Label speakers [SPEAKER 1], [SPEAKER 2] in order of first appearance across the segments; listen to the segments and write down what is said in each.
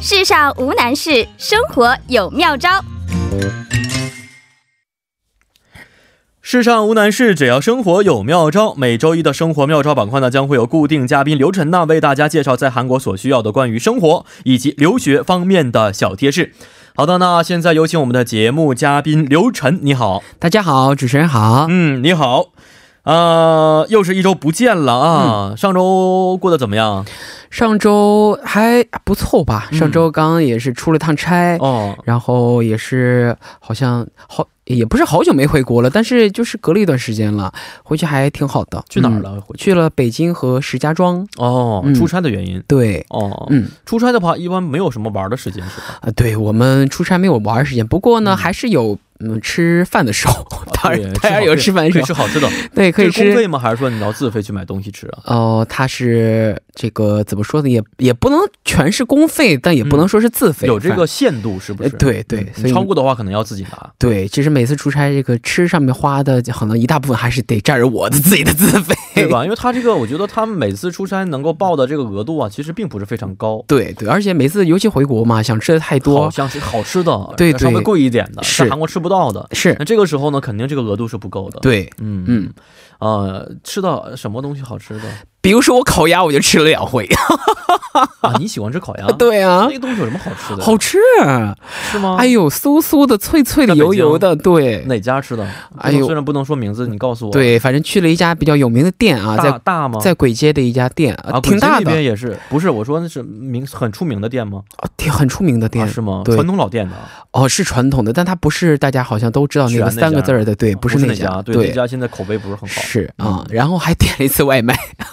[SPEAKER 1] 世上无难事，生活有妙招。
[SPEAKER 2] 世上无难事，只要生活有妙招。每周一的生活妙招板块呢，将会有固定嘉宾刘晨呢为大家介绍在韩国所需要的关于生活以及留学方面的小贴士。好的，那现在有请我们的节目嘉宾刘晨，你好，
[SPEAKER 3] 大家好，主持人好。
[SPEAKER 2] 嗯，你好，呃，又是一周不见了啊，上周过得怎么样？
[SPEAKER 3] 上周还不错吧？
[SPEAKER 2] 嗯
[SPEAKER 3] 上周刚也是出了趟差，
[SPEAKER 2] 哦，
[SPEAKER 3] 然后也是好像好也不是好久没回国了，但是就是隔了一段时间了，回去还挺好的。
[SPEAKER 2] 去哪儿
[SPEAKER 3] 嗯
[SPEAKER 2] 了？回去
[SPEAKER 3] 去了北京和石家庄。
[SPEAKER 2] 哦，
[SPEAKER 3] 嗯
[SPEAKER 2] 出差的原因。
[SPEAKER 3] 对，
[SPEAKER 2] 哦，
[SPEAKER 3] 嗯
[SPEAKER 2] 出差的话，一般没有什么玩的时间是吧？
[SPEAKER 3] 啊，对我们出差没有玩儿时间，不过
[SPEAKER 2] 嗯
[SPEAKER 3] 呢、
[SPEAKER 2] 哦
[SPEAKER 3] 还是有嗯吃饭的时候，当然
[SPEAKER 2] 对
[SPEAKER 3] 当然有吃饭的
[SPEAKER 2] 可
[SPEAKER 3] 时
[SPEAKER 2] 以
[SPEAKER 3] 候，
[SPEAKER 2] 吃好吃的，
[SPEAKER 3] 对，可以
[SPEAKER 2] 这是公
[SPEAKER 3] 吃
[SPEAKER 2] 费。吗？还是说你要自费去买东西吃啊？
[SPEAKER 3] 哦，他是这个怎么说呢？也也不能全是公费，但也不能说是自费，
[SPEAKER 2] 嗯有这
[SPEAKER 3] 反
[SPEAKER 2] 个限度是不
[SPEAKER 3] 呃
[SPEAKER 2] 是？
[SPEAKER 3] 对对
[SPEAKER 2] 嗯，
[SPEAKER 3] 所以
[SPEAKER 2] 超过的话可能要自己 拿。
[SPEAKER 3] 对，其实每次出差这个吃上面花的，可能一大部分还是得占着我的自己的自费。
[SPEAKER 2] 对吧？因为他这个，我觉得他们每次出差能够报的这个额度啊，其实并不是非常高，
[SPEAKER 3] 对对，而且每次尤其回国嘛，想吃的太
[SPEAKER 2] 好
[SPEAKER 3] 多，
[SPEAKER 2] 像是好吃的，
[SPEAKER 3] 对
[SPEAKER 2] 稍微
[SPEAKER 3] 对
[SPEAKER 2] 贵一点的，在
[SPEAKER 3] 是
[SPEAKER 2] 韩国吃不到的。
[SPEAKER 3] 是
[SPEAKER 2] 那这个时候呢，肯定这个额度是不够的。，
[SPEAKER 3] 对，
[SPEAKER 2] 嗯
[SPEAKER 3] 嗯，
[SPEAKER 2] 呃，吃到什么东西好吃的
[SPEAKER 3] 比如说我烤鸭，我就吃了两回。
[SPEAKER 2] 啊？你喜欢吃烤鸭？，
[SPEAKER 3] 对啊
[SPEAKER 2] 那，个东西有什么好吃的？
[SPEAKER 3] 好吃，
[SPEAKER 2] 吃吗？
[SPEAKER 3] 哎呦，酥酥的，脆脆的，
[SPEAKER 2] 在北京
[SPEAKER 3] 油油的，对
[SPEAKER 2] 哪家吃的？
[SPEAKER 3] 哎呦
[SPEAKER 2] 虽然不能说名字，你告诉我。，
[SPEAKER 3] 对，反正去了一家比较有名的店啊，
[SPEAKER 2] 大
[SPEAKER 3] 在
[SPEAKER 2] 大吗？
[SPEAKER 3] 在簋街的一家店，呃
[SPEAKER 2] 啊，
[SPEAKER 3] 挺大
[SPEAKER 2] 滚街那边
[SPEAKER 3] 的，
[SPEAKER 2] 也是，不是我说那是名很出名的店吗？
[SPEAKER 3] 啊挺很出名的店
[SPEAKER 2] 啊，是吗？
[SPEAKER 3] 对
[SPEAKER 2] 传统老店的啊，
[SPEAKER 3] 哦，是传统的，但它不是大家好像都知道那
[SPEAKER 2] 选
[SPEAKER 3] 个
[SPEAKER 2] 那
[SPEAKER 3] 三个
[SPEAKER 2] 家啊
[SPEAKER 3] 字儿的，对，
[SPEAKER 2] 不
[SPEAKER 3] 不是
[SPEAKER 2] 那
[SPEAKER 3] 那
[SPEAKER 2] 家，对，
[SPEAKER 3] 对
[SPEAKER 2] 那，家现在口碑不是很好
[SPEAKER 3] 是啊，然后还点了一次外卖，
[SPEAKER 2] 啊，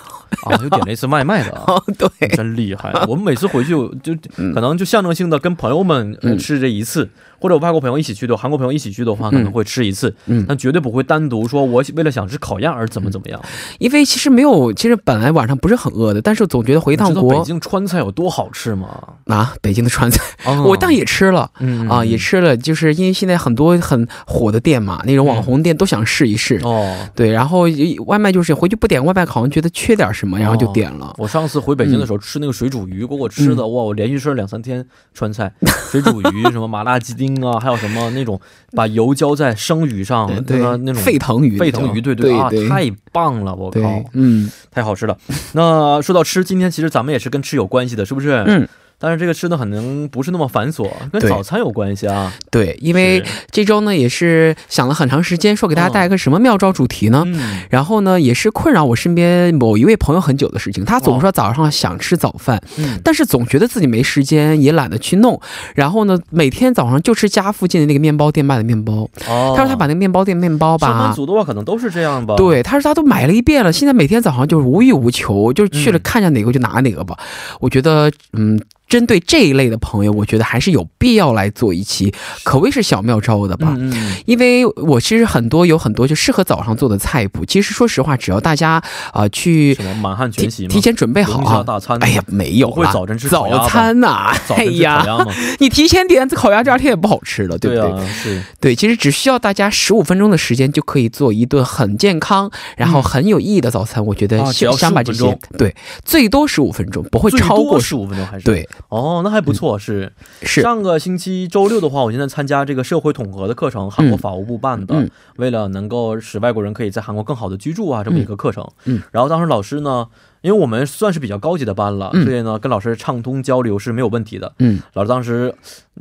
[SPEAKER 2] 我就点了一次外卖的 啊。
[SPEAKER 3] 哦，对，
[SPEAKER 2] 真厉害！我们每次回去我就
[SPEAKER 3] 嗯
[SPEAKER 2] 可能就象征性的跟朋友们呃
[SPEAKER 3] 嗯
[SPEAKER 2] 吃这一次，或者我外国朋友一起去的，韩国朋友一起去的话，可能会吃一次，
[SPEAKER 3] 嗯，
[SPEAKER 2] 但绝对不会单独说我为了想吃烤鸭而怎么怎么样。
[SPEAKER 3] 因为其实没有，其实本来晚上不是很饿的，但是总觉得回一
[SPEAKER 2] 你知
[SPEAKER 3] 趟
[SPEAKER 2] 道嗯北
[SPEAKER 3] 国
[SPEAKER 2] 京川菜有多好吃吗？
[SPEAKER 3] 啊，北京的川菜，
[SPEAKER 2] 啊
[SPEAKER 3] 我当然也吃了。
[SPEAKER 2] 嗯
[SPEAKER 3] 啊，也吃了，就是因为现在很多很火的店嘛，那种网红店都想试一试。
[SPEAKER 2] 嗯哦。
[SPEAKER 3] 对，然后一外卖就是回去不点外卖，好像觉得缺点什么，
[SPEAKER 2] 哦
[SPEAKER 3] 然后就点了。
[SPEAKER 2] 我上次回北京的时候吃那个水煮鱼，给我吃
[SPEAKER 3] 嗯
[SPEAKER 2] 的哇！我连续吃了两三天川 菜，水煮鱼什么麻辣鸡丁啊，还有什么那种把油浇在生鱼上
[SPEAKER 3] 对
[SPEAKER 2] 哦那个
[SPEAKER 3] 对，
[SPEAKER 2] 那种
[SPEAKER 3] 沸腾鱼，
[SPEAKER 2] 沸腾鱼，对
[SPEAKER 3] 对
[SPEAKER 2] 啊，
[SPEAKER 3] 对，
[SPEAKER 2] 太棒了！我靠，
[SPEAKER 3] 对，嗯，
[SPEAKER 2] 太好吃了。那说到吃，今天其实咱们也是跟吃有关系的，是不是？
[SPEAKER 3] 嗯。
[SPEAKER 2] 但是这个吃呢，可能不是那么繁琐，跟
[SPEAKER 3] 对
[SPEAKER 2] 早餐有关系啊。
[SPEAKER 3] 对，因为
[SPEAKER 2] 是
[SPEAKER 3] 这周呢也是想了很长时间，说给大家带来个什么妙招主题呢？
[SPEAKER 2] 嗯，
[SPEAKER 3] 然后呢，也是困扰我身边某一位朋友很久的事情。他总说早上想吃早饭，
[SPEAKER 2] 嗯
[SPEAKER 3] 但是总觉得自己没时间，也懒得去弄。然后呢，每天早上就吃家附近的那个面包店卖的面包。
[SPEAKER 2] 哦
[SPEAKER 3] 他说他把那个面包店面包
[SPEAKER 2] 上班
[SPEAKER 3] 吧。
[SPEAKER 2] 族的话，可能都是这样吧。，
[SPEAKER 3] 对，他说他都买了一遍了，现在每天早上就是无欲无求，就是去了
[SPEAKER 2] 嗯
[SPEAKER 3] 看见哪个就拿哪个吧。我觉得，嗯，针对这一类的朋友，我觉得还是有必要来做一期，可谓是小妙招的吧。
[SPEAKER 2] 嗯嗯，
[SPEAKER 3] 因为我其实很多有很多就适合早上做的菜谱，其实说实话，只要大家啊、呃去
[SPEAKER 2] 什么满汉
[SPEAKER 3] 提
[SPEAKER 2] 全席吗？
[SPEAKER 3] 提前准备好
[SPEAKER 2] 龙虾
[SPEAKER 3] 啊。
[SPEAKER 2] 大餐吗。
[SPEAKER 3] 哎呀，没有
[SPEAKER 2] 不会
[SPEAKER 3] 啦
[SPEAKER 2] 早晨吃烤鸭吧
[SPEAKER 3] 早餐呐、
[SPEAKER 2] 早
[SPEAKER 3] 哎
[SPEAKER 2] 晨吃烤
[SPEAKER 3] 呀，
[SPEAKER 2] 鸭吗？
[SPEAKER 3] 你提前点烤鸭，第二天也不好吃了，对不对？
[SPEAKER 2] 啊，是
[SPEAKER 3] 对，其实只需要大家十五分钟的时间就可以做一顿很健康，然后很有意义的早餐。我觉得
[SPEAKER 2] 嗯啊只要
[SPEAKER 3] 想想把
[SPEAKER 2] 15
[SPEAKER 3] 这
[SPEAKER 2] 分
[SPEAKER 3] 些
[SPEAKER 2] 钟
[SPEAKER 3] 对最多十五分钟，不会
[SPEAKER 2] 最
[SPEAKER 3] 超
[SPEAKER 2] 多
[SPEAKER 3] 过
[SPEAKER 2] 十五分钟还是？，
[SPEAKER 3] 对嗯
[SPEAKER 2] 哦，那还不错，是
[SPEAKER 3] 是
[SPEAKER 2] 上个星期周六的话，我现在参加这个社会统合的课程，韩国
[SPEAKER 3] 嗯
[SPEAKER 2] 法务部办的，
[SPEAKER 3] 嗯
[SPEAKER 2] 为了能够使外国人可以在韩国更好的居住啊，这么一个课程。
[SPEAKER 3] 嗯嗯
[SPEAKER 2] 然后当时老师呢，因为我们算是比较高级的班了，
[SPEAKER 3] 嗯
[SPEAKER 2] 所以呢跟老师畅通交流是没有问题的。
[SPEAKER 3] 嗯
[SPEAKER 2] 老师当时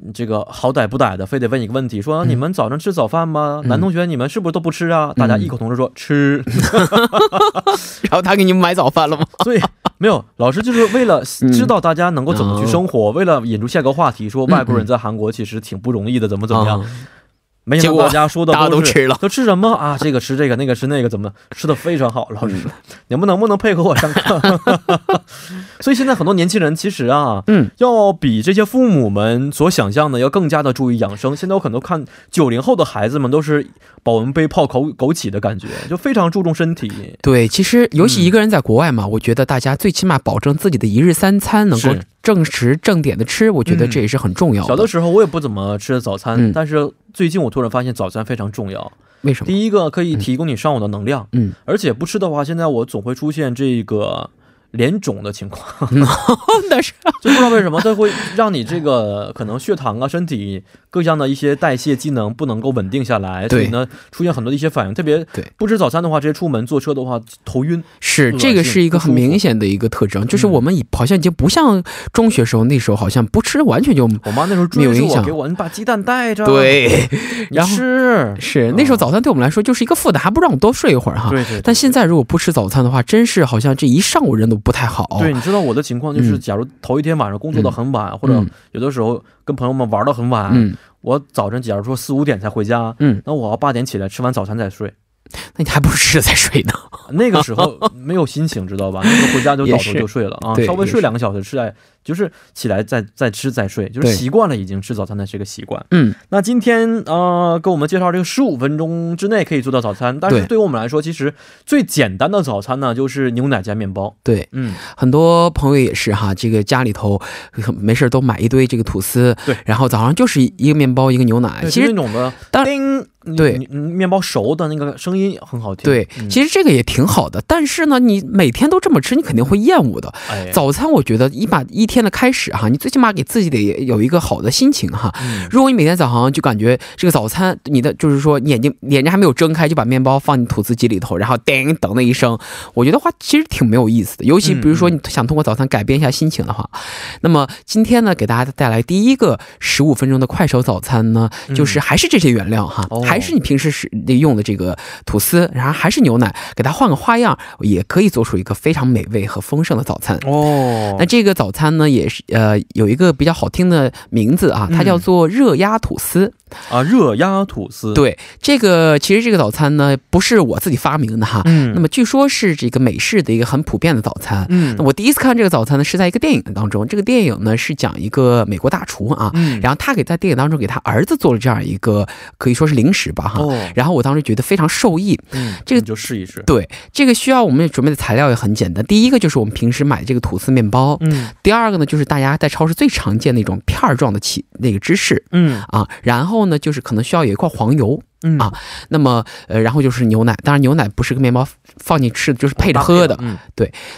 [SPEAKER 2] 嗯这个好歹不歹的，非得问一个问题，
[SPEAKER 3] 嗯
[SPEAKER 2] 说、你们早上吃早饭吗？男同学你们是不是都不吃啊？大家异口同声说吃。
[SPEAKER 3] 然后他给你们买早饭了吗？
[SPEAKER 2] 所以没有老师就是为了
[SPEAKER 3] 嗯哦
[SPEAKER 2] 知道大家能够怎么去生活，为了引出下个话题，说外国
[SPEAKER 3] 嗯
[SPEAKER 2] 人在韩国其实挺不容易的，怎么怎么样。
[SPEAKER 3] 啊？
[SPEAKER 2] 没想到大家说的
[SPEAKER 3] 大家都
[SPEAKER 2] 是
[SPEAKER 3] 吃了
[SPEAKER 2] 都吃什么啊？这个吃这个，那个吃那个，怎么吃的非常好？老师，
[SPEAKER 3] 嗯
[SPEAKER 2] 你 们能不能配合我上课？ 所以现在很多年轻人其实啊，
[SPEAKER 3] 嗯，
[SPEAKER 2] 要比这些父母们所想象的要更加的注意养生。现在我很多看九零后的孩子们都是保温杯泡枸枸杞的感觉，就非常注重身体。
[SPEAKER 3] 对，其实尤
[SPEAKER 2] 嗯
[SPEAKER 3] 其一个人在国外嘛，我觉得大家最起码保证自己的一日三餐能够
[SPEAKER 2] 是嗯
[SPEAKER 3] 正时正点的吃，我觉得这也是很重要的。
[SPEAKER 2] 小的时候我也不怎么吃早餐，
[SPEAKER 3] 嗯
[SPEAKER 2] 但是最近我突然发现早餐非常重要。
[SPEAKER 3] 为什么？
[SPEAKER 2] 第一个可以提供你上午的能量，
[SPEAKER 3] 嗯，
[SPEAKER 2] 而且不吃的话，现在我总会出现这个脸肿的情况，
[SPEAKER 3] 那是
[SPEAKER 2] 就不知道为什么它会让你这个可能血糖啊、身体各项的一些代谢机能不能够稳定下来，所
[SPEAKER 3] 对
[SPEAKER 2] 以呢出现很多的一些反应，特别
[SPEAKER 3] 对
[SPEAKER 2] 不吃早餐的话，直接出门坐车的话头晕，
[SPEAKER 3] 是
[SPEAKER 2] 恶
[SPEAKER 3] 这个
[SPEAKER 2] 心
[SPEAKER 3] 是一个
[SPEAKER 2] 不
[SPEAKER 3] 很
[SPEAKER 2] 舒服嗯
[SPEAKER 3] 明显的一个特征，就是我们已好像已经不像中学时候那时候好像不吃完全就
[SPEAKER 2] 我妈那时候
[SPEAKER 3] 没有
[SPEAKER 2] 追着
[SPEAKER 3] 影
[SPEAKER 2] 我，
[SPEAKER 3] 响
[SPEAKER 2] 给我你把鸡蛋带着，，
[SPEAKER 3] 对，
[SPEAKER 2] 你
[SPEAKER 3] 然后
[SPEAKER 2] 吃，嗯
[SPEAKER 3] 是那时候早餐对我们来说就是一个负担，还不让我多睡一会儿哈。
[SPEAKER 2] 对对，
[SPEAKER 3] 啊但现在如果不吃早餐的话，真是好像这一上午人都不太好。
[SPEAKER 2] 对，你知道我的情况就是，
[SPEAKER 3] 嗯
[SPEAKER 2] 假如头一天晚上工作到很晚，或者啊
[SPEAKER 3] 嗯
[SPEAKER 2] 有的时候跟朋友们玩到很晚，
[SPEAKER 3] 嗯，
[SPEAKER 2] 我早晨假如说四五点才回家，
[SPEAKER 3] 嗯，
[SPEAKER 2] 那我要八点起来吃完早餐再 睡，
[SPEAKER 3] 那你还不如吃了再睡呢。
[SPEAKER 2] 那个时候没有心情，知道吧？那时候回家就
[SPEAKER 3] 也
[SPEAKER 2] 倒
[SPEAKER 3] 是
[SPEAKER 2] 头就睡了啊，
[SPEAKER 3] 对
[SPEAKER 2] 稍微
[SPEAKER 3] 也
[SPEAKER 2] 睡
[SPEAKER 3] 是
[SPEAKER 2] 两个小时，吃来就是起来再再吃再睡，就是
[SPEAKER 3] 对
[SPEAKER 2] 习惯了已经吃早餐的这个习惯。
[SPEAKER 3] 嗯，
[SPEAKER 2] 那今天啊、呃，给我们介绍这个十五分钟之内可以做到早餐，但是
[SPEAKER 3] 对
[SPEAKER 2] 对于我们来说，其实最简单的早餐呢，就是牛奶加面包。
[SPEAKER 3] 对，
[SPEAKER 2] 嗯，
[SPEAKER 3] 很多朋友也是哈，这个家里头呃没事儿都买一堆这个吐司，
[SPEAKER 2] 对，
[SPEAKER 3] 然后早上就是一个面包一个牛奶。
[SPEAKER 2] 对
[SPEAKER 3] 哎其
[SPEAKER 2] 就
[SPEAKER 3] 实
[SPEAKER 2] 那种的，
[SPEAKER 3] 当
[SPEAKER 2] 叮，你
[SPEAKER 3] 对
[SPEAKER 2] 你你面包熟的那个声音很好听。
[SPEAKER 3] 对，
[SPEAKER 2] 嗯
[SPEAKER 3] 其实这个也挺好的，但是呢，你每天都这么吃，你肯定会厌恶的。
[SPEAKER 2] 哎，
[SPEAKER 3] 早餐我觉得一把一天的开始哈，你最起码给自己得有一个好的心情哈。
[SPEAKER 2] 嗯
[SPEAKER 3] 如果你每天早上就感觉这个早餐，你的就是说眼睛眼睛还没有睁开就把面包放进吐司机里头，然后叮等那一声，我觉得话其实挺没有意思的。尤其比如说
[SPEAKER 2] 嗯
[SPEAKER 3] 你想通过早餐改变一下心情的话，那么今天呢，给大家带来第一个十五分钟的快手早餐呢，
[SPEAKER 2] 嗯
[SPEAKER 3] 就是还是这些原料哈，
[SPEAKER 2] 哦
[SPEAKER 3] 还是你平时使用的这个吐司，然后还是牛奶，给它换个花样，也可以做出一个非常美味和丰盛的早餐。
[SPEAKER 2] 哦，
[SPEAKER 3] 那这个早餐呢，也是呃有一个比较好听的名字啊，它
[SPEAKER 2] 嗯
[SPEAKER 3] 叫做热压吐司。
[SPEAKER 2] 啊，热压吐司，，
[SPEAKER 3] 对，这个其实这个早餐呢不是我自己发明的哈，
[SPEAKER 2] 嗯，
[SPEAKER 3] 那么据说是这个美式的一个很普遍的早餐。
[SPEAKER 2] 嗯
[SPEAKER 3] 那我第一次看这个早餐呢，是在一个电影当中。这个电影呢是讲一个美国大厨啊，
[SPEAKER 2] 嗯，
[SPEAKER 3] 然后他给在电影当中给他儿子做了这样一个可以说是零食吧哈。
[SPEAKER 2] 哦，
[SPEAKER 3] 然后我当时觉得非常受益，
[SPEAKER 2] 嗯，
[SPEAKER 3] 这个
[SPEAKER 2] 你就试一试，
[SPEAKER 3] 对这个需要我们准备的材料也很简单。第一个就是我们平时买这个吐司面包，
[SPEAKER 2] 嗯
[SPEAKER 3] 第二个呢，就是大家在超市最常见那种片儿状的起那个芝士
[SPEAKER 2] 嗯
[SPEAKER 3] 啊，然后呢，就是可能需要有一块黄油，
[SPEAKER 2] 嗯
[SPEAKER 3] 啊那么呃，然后就是牛奶，当然牛奶不是跟面包放进吃的，就是配着喝的。
[SPEAKER 2] 嗯，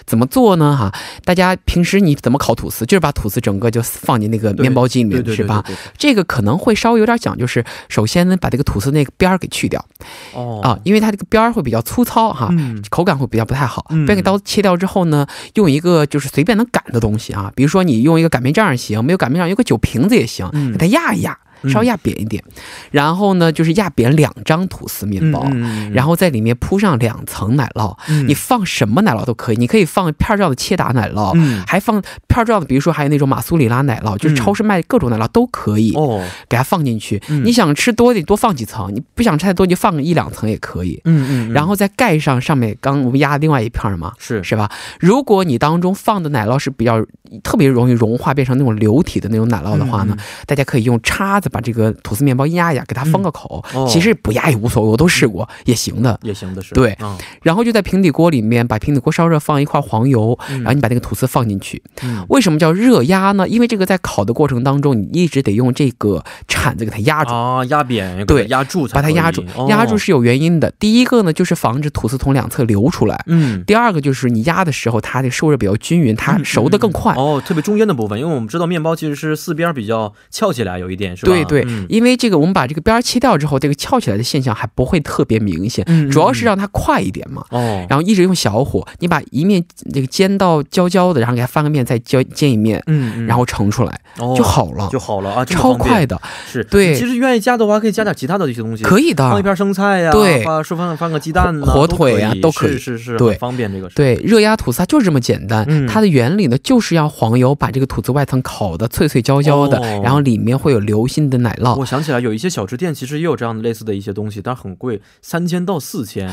[SPEAKER 3] 怎么做呢？哈、大家平时你怎么烤吐司，就是把吐司整个就放进那个
[SPEAKER 2] 对
[SPEAKER 3] 面包机里
[SPEAKER 2] 对
[SPEAKER 3] 面，
[SPEAKER 2] 对
[SPEAKER 3] 嗯是
[SPEAKER 2] 对
[SPEAKER 3] 吧？
[SPEAKER 2] 对对
[SPEAKER 3] 这个可能会稍微有点讲究，就是首先呢，把这个吐司那个边儿给去掉
[SPEAKER 2] 对哦
[SPEAKER 3] 啊，，因为它这个边儿会比较粗糙哈。
[SPEAKER 2] 嗯
[SPEAKER 3] 口感会比较不太好
[SPEAKER 2] 嗯。
[SPEAKER 3] 边给刀切掉之后呢，用一个就是随便能擀的东西啊，比如说你用一个擀面杖也行，没有擀面杖有个酒瓶子也行，
[SPEAKER 2] 嗯
[SPEAKER 3] 给它压一压，
[SPEAKER 2] 嗯
[SPEAKER 3] 稍微压扁一点。然后呢，就是压扁两张吐司面
[SPEAKER 2] 嗯
[SPEAKER 3] 包，然
[SPEAKER 2] 后
[SPEAKER 3] 后在里面铺上两层奶酪。
[SPEAKER 2] 嗯
[SPEAKER 3] 你放什么奶酪都可以，你可以放片儿状的切达奶酪。
[SPEAKER 2] 嗯
[SPEAKER 3] 还放片儿状的，比如说还有那种马苏里拉奶酪，就是
[SPEAKER 2] 嗯
[SPEAKER 3] 超市卖各种奶酪都可以，
[SPEAKER 2] 哦，
[SPEAKER 3] 给它放进去。
[SPEAKER 2] 嗯
[SPEAKER 3] 你想吃多得多放几层，你不想吃太多你就放个一两层也可以。
[SPEAKER 2] 嗯嗯，
[SPEAKER 3] 然后再盖上上面刚我们压的另外一片儿嘛，
[SPEAKER 2] 是
[SPEAKER 3] 是吧？如果你当中放的奶酪是比较呃特别容易融化变成那种流体的那种奶酪的话
[SPEAKER 2] 嗯
[SPEAKER 3] 呢，，大家可以用叉子把这个吐司面包压一压，给它封个口。
[SPEAKER 2] 嗯哦
[SPEAKER 3] 其实不压也无所谓，我都试过，也行的。
[SPEAKER 2] 也行的是，
[SPEAKER 3] 对
[SPEAKER 2] 啊，
[SPEAKER 3] 然后就在平底锅里面把平底锅烧热，放一块黄油，
[SPEAKER 2] 然
[SPEAKER 3] 然后你把那个吐司放进去。
[SPEAKER 2] 嗯
[SPEAKER 3] 为什么叫热压呢？因为这个在烤的过程当中，你一直得用这个铲子给它压住。
[SPEAKER 2] 啊压扁，
[SPEAKER 3] 对
[SPEAKER 2] 压住才
[SPEAKER 3] 把它
[SPEAKER 2] 可以，
[SPEAKER 3] 压住，
[SPEAKER 2] 哦
[SPEAKER 3] 压住，是有原因的。第一个呢，就是防止吐司从两侧流出来。
[SPEAKER 2] 嗯。
[SPEAKER 3] 第二个就是你压的时候，它的受热比较均匀，它熟得更快。
[SPEAKER 2] 哦，特别中间的部分，因为我们知道面包其实是四边比较翘起来，有一点是吧？
[SPEAKER 3] 对对、
[SPEAKER 2] 嗯
[SPEAKER 3] 因为这个我们把这个边儿切掉之后，这个翘起来的现象还不会特别明显，
[SPEAKER 2] 嗯
[SPEAKER 3] 主要是让它快一点嘛。
[SPEAKER 2] 哦，
[SPEAKER 3] 然后一直用小火，你把一面这个煎到焦焦的，然后给它翻个面，再煎煎一面，
[SPEAKER 2] 嗯，嗯
[SPEAKER 3] 然后盛出来、
[SPEAKER 2] 哦
[SPEAKER 3] 就好了，
[SPEAKER 2] 就好了啊，这么
[SPEAKER 3] 超
[SPEAKER 2] 方便
[SPEAKER 3] 快的，
[SPEAKER 2] 是
[SPEAKER 3] 对
[SPEAKER 2] 其实愿意加的话，可以加点其他的一些东西，
[SPEAKER 3] 可以
[SPEAKER 2] 放一
[SPEAKER 3] 的。
[SPEAKER 2] 片生菜呀、
[SPEAKER 3] 对
[SPEAKER 2] 放说放放个鸡蛋呐、
[SPEAKER 3] 火火腿呀
[SPEAKER 2] 都
[SPEAKER 3] 都可以
[SPEAKER 2] 是是是，
[SPEAKER 3] 对
[SPEAKER 2] 很方便这个是。
[SPEAKER 3] 对，热压吐司它就是这么简单、
[SPEAKER 2] 嗯
[SPEAKER 3] 它的原理呢，就是要黄油把这个吐司外层烤的脆脆焦焦的、
[SPEAKER 2] 哦
[SPEAKER 3] 然后里面会有流心的奶酪，
[SPEAKER 2] 我想起来，有一些小吃店其实也有这样的类似的一些东西，但很贵，三千到四 千，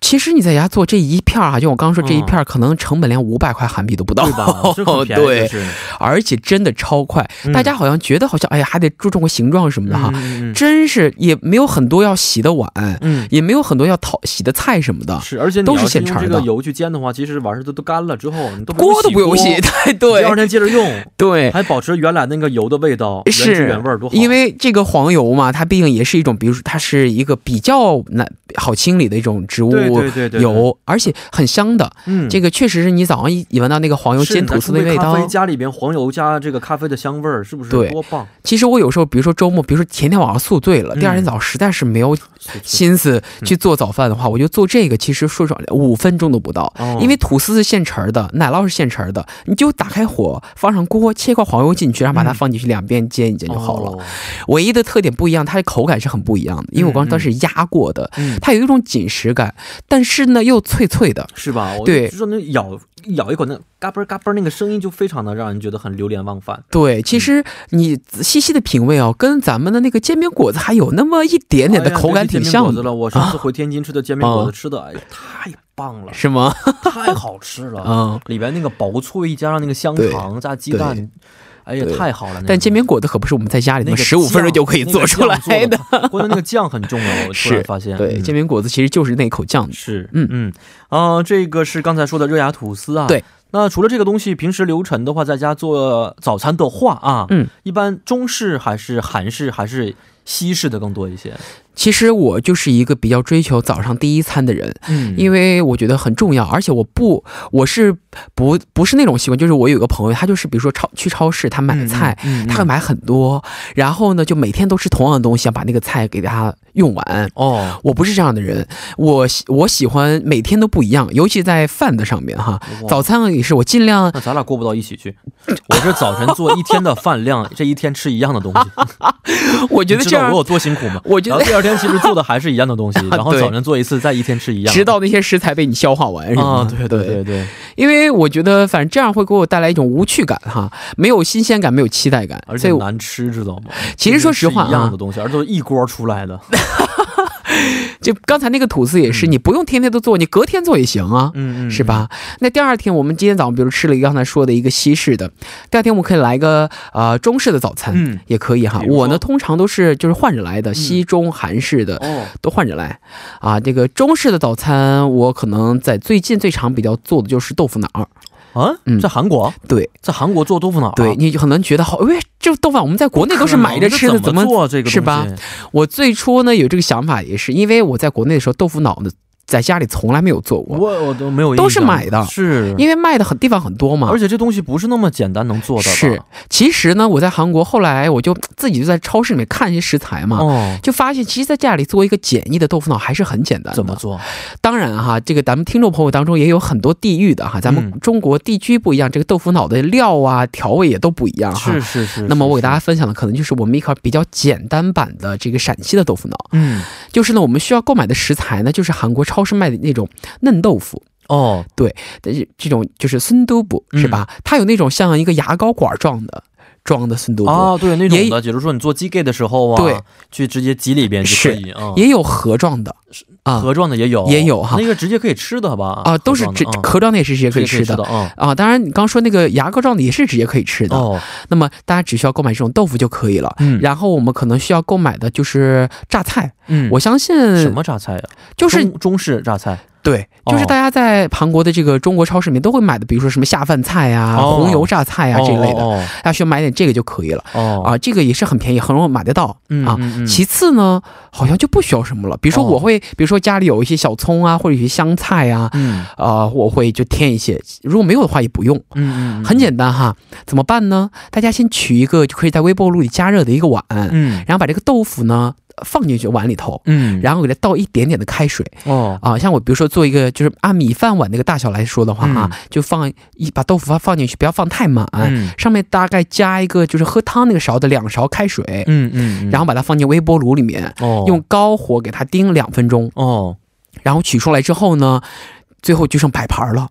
[SPEAKER 3] 其实你在家做这一片儿啊，就我刚刚说这一
[SPEAKER 2] 嗯
[SPEAKER 3] 片儿，可能成本连五百块韩币都不到，
[SPEAKER 2] 对吧？是很便宜，
[SPEAKER 3] 对
[SPEAKER 2] 就是
[SPEAKER 3] 而且真的超快。
[SPEAKER 2] 嗯
[SPEAKER 3] 大家好像觉得好像哎呀还得注重个形状什么的哈，
[SPEAKER 2] 嗯嗯
[SPEAKER 3] 真是也没有很多要洗的碗，
[SPEAKER 2] 嗯，
[SPEAKER 3] 也没有很多要淘洗的菜什么的
[SPEAKER 2] 嗯，是，而且你
[SPEAKER 3] 都
[SPEAKER 2] 要
[SPEAKER 3] 是
[SPEAKER 2] 是
[SPEAKER 3] 现
[SPEAKER 2] 用
[SPEAKER 3] 成
[SPEAKER 2] 这个
[SPEAKER 3] 的
[SPEAKER 2] 油去煎的话，其实完事都都干了之后，你都
[SPEAKER 3] 锅都不用
[SPEAKER 2] 用
[SPEAKER 3] 洗，对
[SPEAKER 2] 第二
[SPEAKER 3] 对
[SPEAKER 2] 天接着用，
[SPEAKER 3] 对。
[SPEAKER 2] 还保持原来那个油的味道，原汁
[SPEAKER 3] 是
[SPEAKER 2] 原味儿，多好。
[SPEAKER 3] 因为这个黄油嘛，它毕竟也是一种，比如说它是一个比较难好清理的一种植物
[SPEAKER 2] 对对对对，对，
[SPEAKER 3] 油，而且很香的。
[SPEAKER 2] 嗯，
[SPEAKER 3] 这个确实是你早上一一闻到那个黄油
[SPEAKER 2] 是
[SPEAKER 3] 煎
[SPEAKER 2] 你拿
[SPEAKER 3] 吐司
[SPEAKER 2] 出
[SPEAKER 3] 的
[SPEAKER 2] 杯
[SPEAKER 3] 味
[SPEAKER 2] 咖
[SPEAKER 3] 道
[SPEAKER 2] 啡，加里边黄油加这个咖啡的香味儿，是不是
[SPEAKER 3] 对
[SPEAKER 2] 多棒？
[SPEAKER 3] 其实我有时候，比如说周末，比如说前天晚上宿醉了，
[SPEAKER 2] 嗯
[SPEAKER 3] 第二天早上实在是没有心思去做早饭的话，我就做这个。其实说实话，五分钟都不到，
[SPEAKER 2] 哦
[SPEAKER 3] 因为吐司是现成儿的，奶酪是现成儿的，你就打开火，放上锅，切一块黄油进去，然后把它放进去，两边煎一煎就好了。
[SPEAKER 2] 嗯哦
[SPEAKER 3] 唯一的特点不一样，它的口感是很不一样的，因为我刚刚是压过的，
[SPEAKER 2] 嗯
[SPEAKER 3] 它有一种紧实感，但是呢又脆脆的。
[SPEAKER 2] 是吧？我
[SPEAKER 3] 对
[SPEAKER 2] 就是那咬咬一口那嘎嘣儿嘎嘣儿那个声音，就非常的让人觉得很流连忘返。
[SPEAKER 3] 对，其实你仔细细的品味哦，跟咱们的那个煎饼果子还有那么一点点的
[SPEAKER 2] 哎呀
[SPEAKER 3] 口感
[SPEAKER 2] 这煎
[SPEAKER 3] 挺
[SPEAKER 2] 饼
[SPEAKER 3] 像
[SPEAKER 2] 果子
[SPEAKER 3] 的，
[SPEAKER 2] 了。我上次回天津吃的煎饼果子，
[SPEAKER 3] 啊
[SPEAKER 2] 吃的哎呀太棒 了，
[SPEAKER 3] 是吗？
[SPEAKER 2] 太好吃了。
[SPEAKER 3] 嗯。
[SPEAKER 2] 里边那个薄脆加上那个香肠加鸡蛋，哎呀
[SPEAKER 3] 对
[SPEAKER 2] 太好了。那个
[SPEAKER 3] 但煎饼果子可不是我们在家里
[SPEAKER 2] 那
[SPEAKER 3] 那
[SPEAKER 2] 个
[SPEAKER 3] 么十五分钟就可以做出来
[SPEAKER 2] 那个
[SPEAKER 3] 的。
[SPEAKER 2] 酱做得。关键那个酱很重要，我突然
[SPEAKER 3] 是
[SPEAKER 2] 发现。
[SPEAKER 3] 对，
[SPEAKER 2] 嗯
[SPEAKER 3] 煎饼果子其实就是那口酱。
[SPEAKER 2] 是，嗯
[SPEAKER 3] 嗯
[SPEAKER 2] 嗯，啊、这个是刚才说的热压吐司啊。
[SPEAKER 3] 对。
[SPEAKER 2] 那除了这个东西，平时流程的话，在家做早餐的话啊，
[SPEAKER 3] 嗯，
[SPEAKER 2] 一般中式还是韩式还是西式的更多一些。
[SPEAKER 3] 其实我就是一个比较追求早上第一餐的人，
[SPEAKER 2] 嗯
[SPEAKER 3] 因为我觉得很重要，而且我不，我是不不是那种习惯，就是我有个朋友，他就是比如说超去超市，他买菜，，
[SPEAKER 2] 嗯嗯嗯
[SPEAKER 3] 他会买很多，然后呢就每天都吃同样的东西，想把那个菜给他用完。
[SPEAKER 2] 哦，
[SPEAKER 3] 我不是这样的人，我喜我喜欢每天都不一样，尤其在饭的上面哈。
[SPEAKER 2] 哇
[SPEAKER 3] 早餐也是我 尽量
[SPEAKER 2] 那咱俩过不到一起去。我是早晨做一天的饭量，这一天吃一样的东西，
[SPEAKER 3] 我 觉得
[SPEAKER 2] 你知
[SPEAKER 3] 这
[SPEAKER 2] 道
[SPEAKER 3] 样
[SPEAKER 2] 我有多辛苦吗？
[SPEAKER 3] 我觉得啊
[SPEAKER 2] 然后第二天其实做的还是一样的 东西，然后
[SPEAKER 3] 对
[SPEAKER 2] 早晨做一次，再一天吃一样的。
[SPEAKER 3] 直到那些食材被你消化完是
[SPEAKER 2] 啊，
[SPEAKER 3] 吗
[SPEAKER 2] 对对对对，
[SPEAKER 3] 因为我觉得反正这样会给我带来一种无趣感哈，没有新鲜感，没有期待感，
[SPEAKER 2] 而
[SPEAKER 3] 所
[SPEAKER 2] 且
[SPEAKER 3] 以我
[SPEAKER 2] 难吃，知道吗？
[SPEAKER 3] 其实说实话啊
[SPEAKER 2] 一样的东西，而都是一锅出来 的。
[SPEAKER 3] 就刚才那个吐司也是，你不用天天都做，你隔天做也行啊。
[SPEAKER 2] 嗯
[SPEAKER 3] 是？吧？那第二天，我们今天早上，比如吃了一个刚才说的一个西式的，第二天我们可以来一个呃中式的早餐，
[SPEAKER 2] 嗯
[SPEAKER 3] 也可以哈
[SPEAKER 2] 比。如说
[SPEAKER 3] 我呢通常都是就是换着来的，西中韩式的、
[SPEAKER 2] 哦，
[SPEAKER 3] 都换着来啊。这个中式的早餐，我可能在最近最常比较做的就是豆腐脑儿。
[SPEAKER 2] 啊，
[SPEAKER 3] 嗯
[SPEAKER 2] 在韩国，
[SPEAKER 3] 对
[SPEAKER 2] 在韩国做豆腐脑啊，
[SPEAKER 3] 对，你可能觉得好，喂，这豆腐脑我们在国内都是买着 吃的，
[SPEAKER 2] 怎
[SPEAKER 3] 怎么
[SPEAKER 2] 做这个东西
[SPEAKER 3] 是吧？我最初呢有这个想法，也是因为我在国内的时候，豆腐脑呢在家里从来没有做过，
[SPEAKER 2] 我我都没有印象，
[SPEAKER 3] 都是买的
[SPEAKER 2] 是，
[SPEAKER 3] 因为卖的很地方很多嘛
[SPEAKER 2] 而。且这东西不是那么简单能做的吧，
[SPEAKER 3] 是，其实呢，我在韩国后来我就自己就在超市里面看一些食材嘛。
[SPEAKER 2] 哦，
[SPEAKER 3] 就发现，其实在家里做一个简易的豆腐脑还是很简单的。
[SPEAKER 2] 怎么？做？
[SPEAKER 3] 当然哈，这个咱们听众朋友当中也有很多地域的哈，咱们
[SPEAKER 2] 嗯
[SPEAKER 3] 中国地区不一样，这个豆腐脑的料啊、调味也都不一样哈。
[SPEAKER 2] 是是是。
[SPEAKER 3] 那么我给大
[SPEAKER 2] 家，
[SPEAKER 3] 家分享的可能就是我们一款比较简单版的这个陕西的豆腐脑。
[SPEAKER 2] 嗯，
[SPEAKER 3] 就是呢，我们需要购买的食材呢，就是韩国超市卖的那种嫩豆腐，
[SPEAKER 2] 哦，
[SPEAKER 3] 但是这种就是孙都布
[SPEAKER 2] 嗯
[SPEAKER 3] 是吧？它有那种像一个牙膏管状的装的孙都布。
[SPEAKER 2] 啊，对，那种
[SPEAKER 3] 也
[SPEAKER 2] 的，比如说你做鸡盖的时候啊，
[SPEAKER 3] 对，
[SPEAKER 2] 去直接挤里边就可以啊。
[SPEAKER 3] 也有盒状的啊
[SPEAKER 2] 盒状的也有，
[SPEAKER 3] 也有哈
[SPEAKER 2] 那个直接可以吃的吧？
[SPEAKER 3] 啊，都是
[SPEAKER 2] 哦盒
[SPEAKER 3] 这
[SPEAKER 2] 状的
[SPEAKER 3] 盒状的也是直接
[SPEAKER 2] 嗯
[SPEAKER 3] 可以
[SPEAKER 2] 直接
[SPEAKER 3] 吃
[SPEAKER 2] 的
[SPEAKER 3] 的
[SPEAKER 2] 啊。
[SPEAKER 3] 啊。当然，你刚说那个牙膏状的也是直接可以吃的。
[SPEAKER 2] 哦，
[SPEAKER 3] 那么大家只需要购买这种豆腐就可以了。
[SPEAKER 2] 嗯
[SPEAKER 3] 然后我们可能需要购买的就是榨菜，
[SPEAKER 2] 嗯，
[SPEAKER 3] 我相信
[SPEAKER 2] 什么榨菜呀？
[SPEAKER 3] 就是
[SPEAKER 2] 中中式榨菜，
[SPEAKER 3] 对，
[SPEAKER 2] 哦
[SPEAKER 3] 就是大家在韩国的这个中国超市里面都会买的，比如说什么下饭菜呀、
[SPEAKER 2] 哦
[SPEAKER 3] 红油榨菜哎啊呀、这一类的，
[SPEAKER 2] 哦
[SPEAKER 3] 大家需要买点这个就可以了。
[SPEAKER 2] 哦哦，
[SPEAKER 3] 啊，这个也是很便宜，很容易买得到。
[SPEAKER 2] 嗯
[SPEAKER 3] 啊
[SPEAKER 2] 嗯嗯
[SPEAKER 3] 其次呢，好像就不需要什么了。比如说，
[SPEAKER 2] 哦
[SPEAKER 3] 我会，比如说家里有一些小葱啊，或者有些香菜啊，
[SPEAKER 2] 嗯
[SPEAKER 3] 啊、我会就添一些。如果没有的话，也不用，
[SPEAKER 2] 嗯嗯，
[SPEAKER 3] 很简单哈。怎么办呢？大家先取一个就可以在微波炉里加热的一个碗，
[SPEAKER 2] 嗯
[SPEAKER 3] 然后把这个豆腐呢放进去碗里头，
[SPEAKER 2] 嗯，
[SPEAKER 3] 然后给它倒一点点的开水
[SPEAKER 2] 哦
[SPEAKER 3] 啊。像我比如说做一个，就是按米饭碗那个大小来说的话啊，就放一把豆腐放放进去，不要放太满。
[SPEAKER 2] 嗯
[SPEAKER 3] 上面大概加一个就是喝汤那个勺的两勺开水，
[SPEAKER 2] 嗯嗯，
[SPEAKER 3] 然后把它放进微波炉里面，
[SPEAKER 2] 后哦
[SPEAKER 3] 用高火给它叮两分钟，
[SPEAKER 2] 哦
[SPEAKER 3] 然后取出来之后呢，最后就剩摆盘了。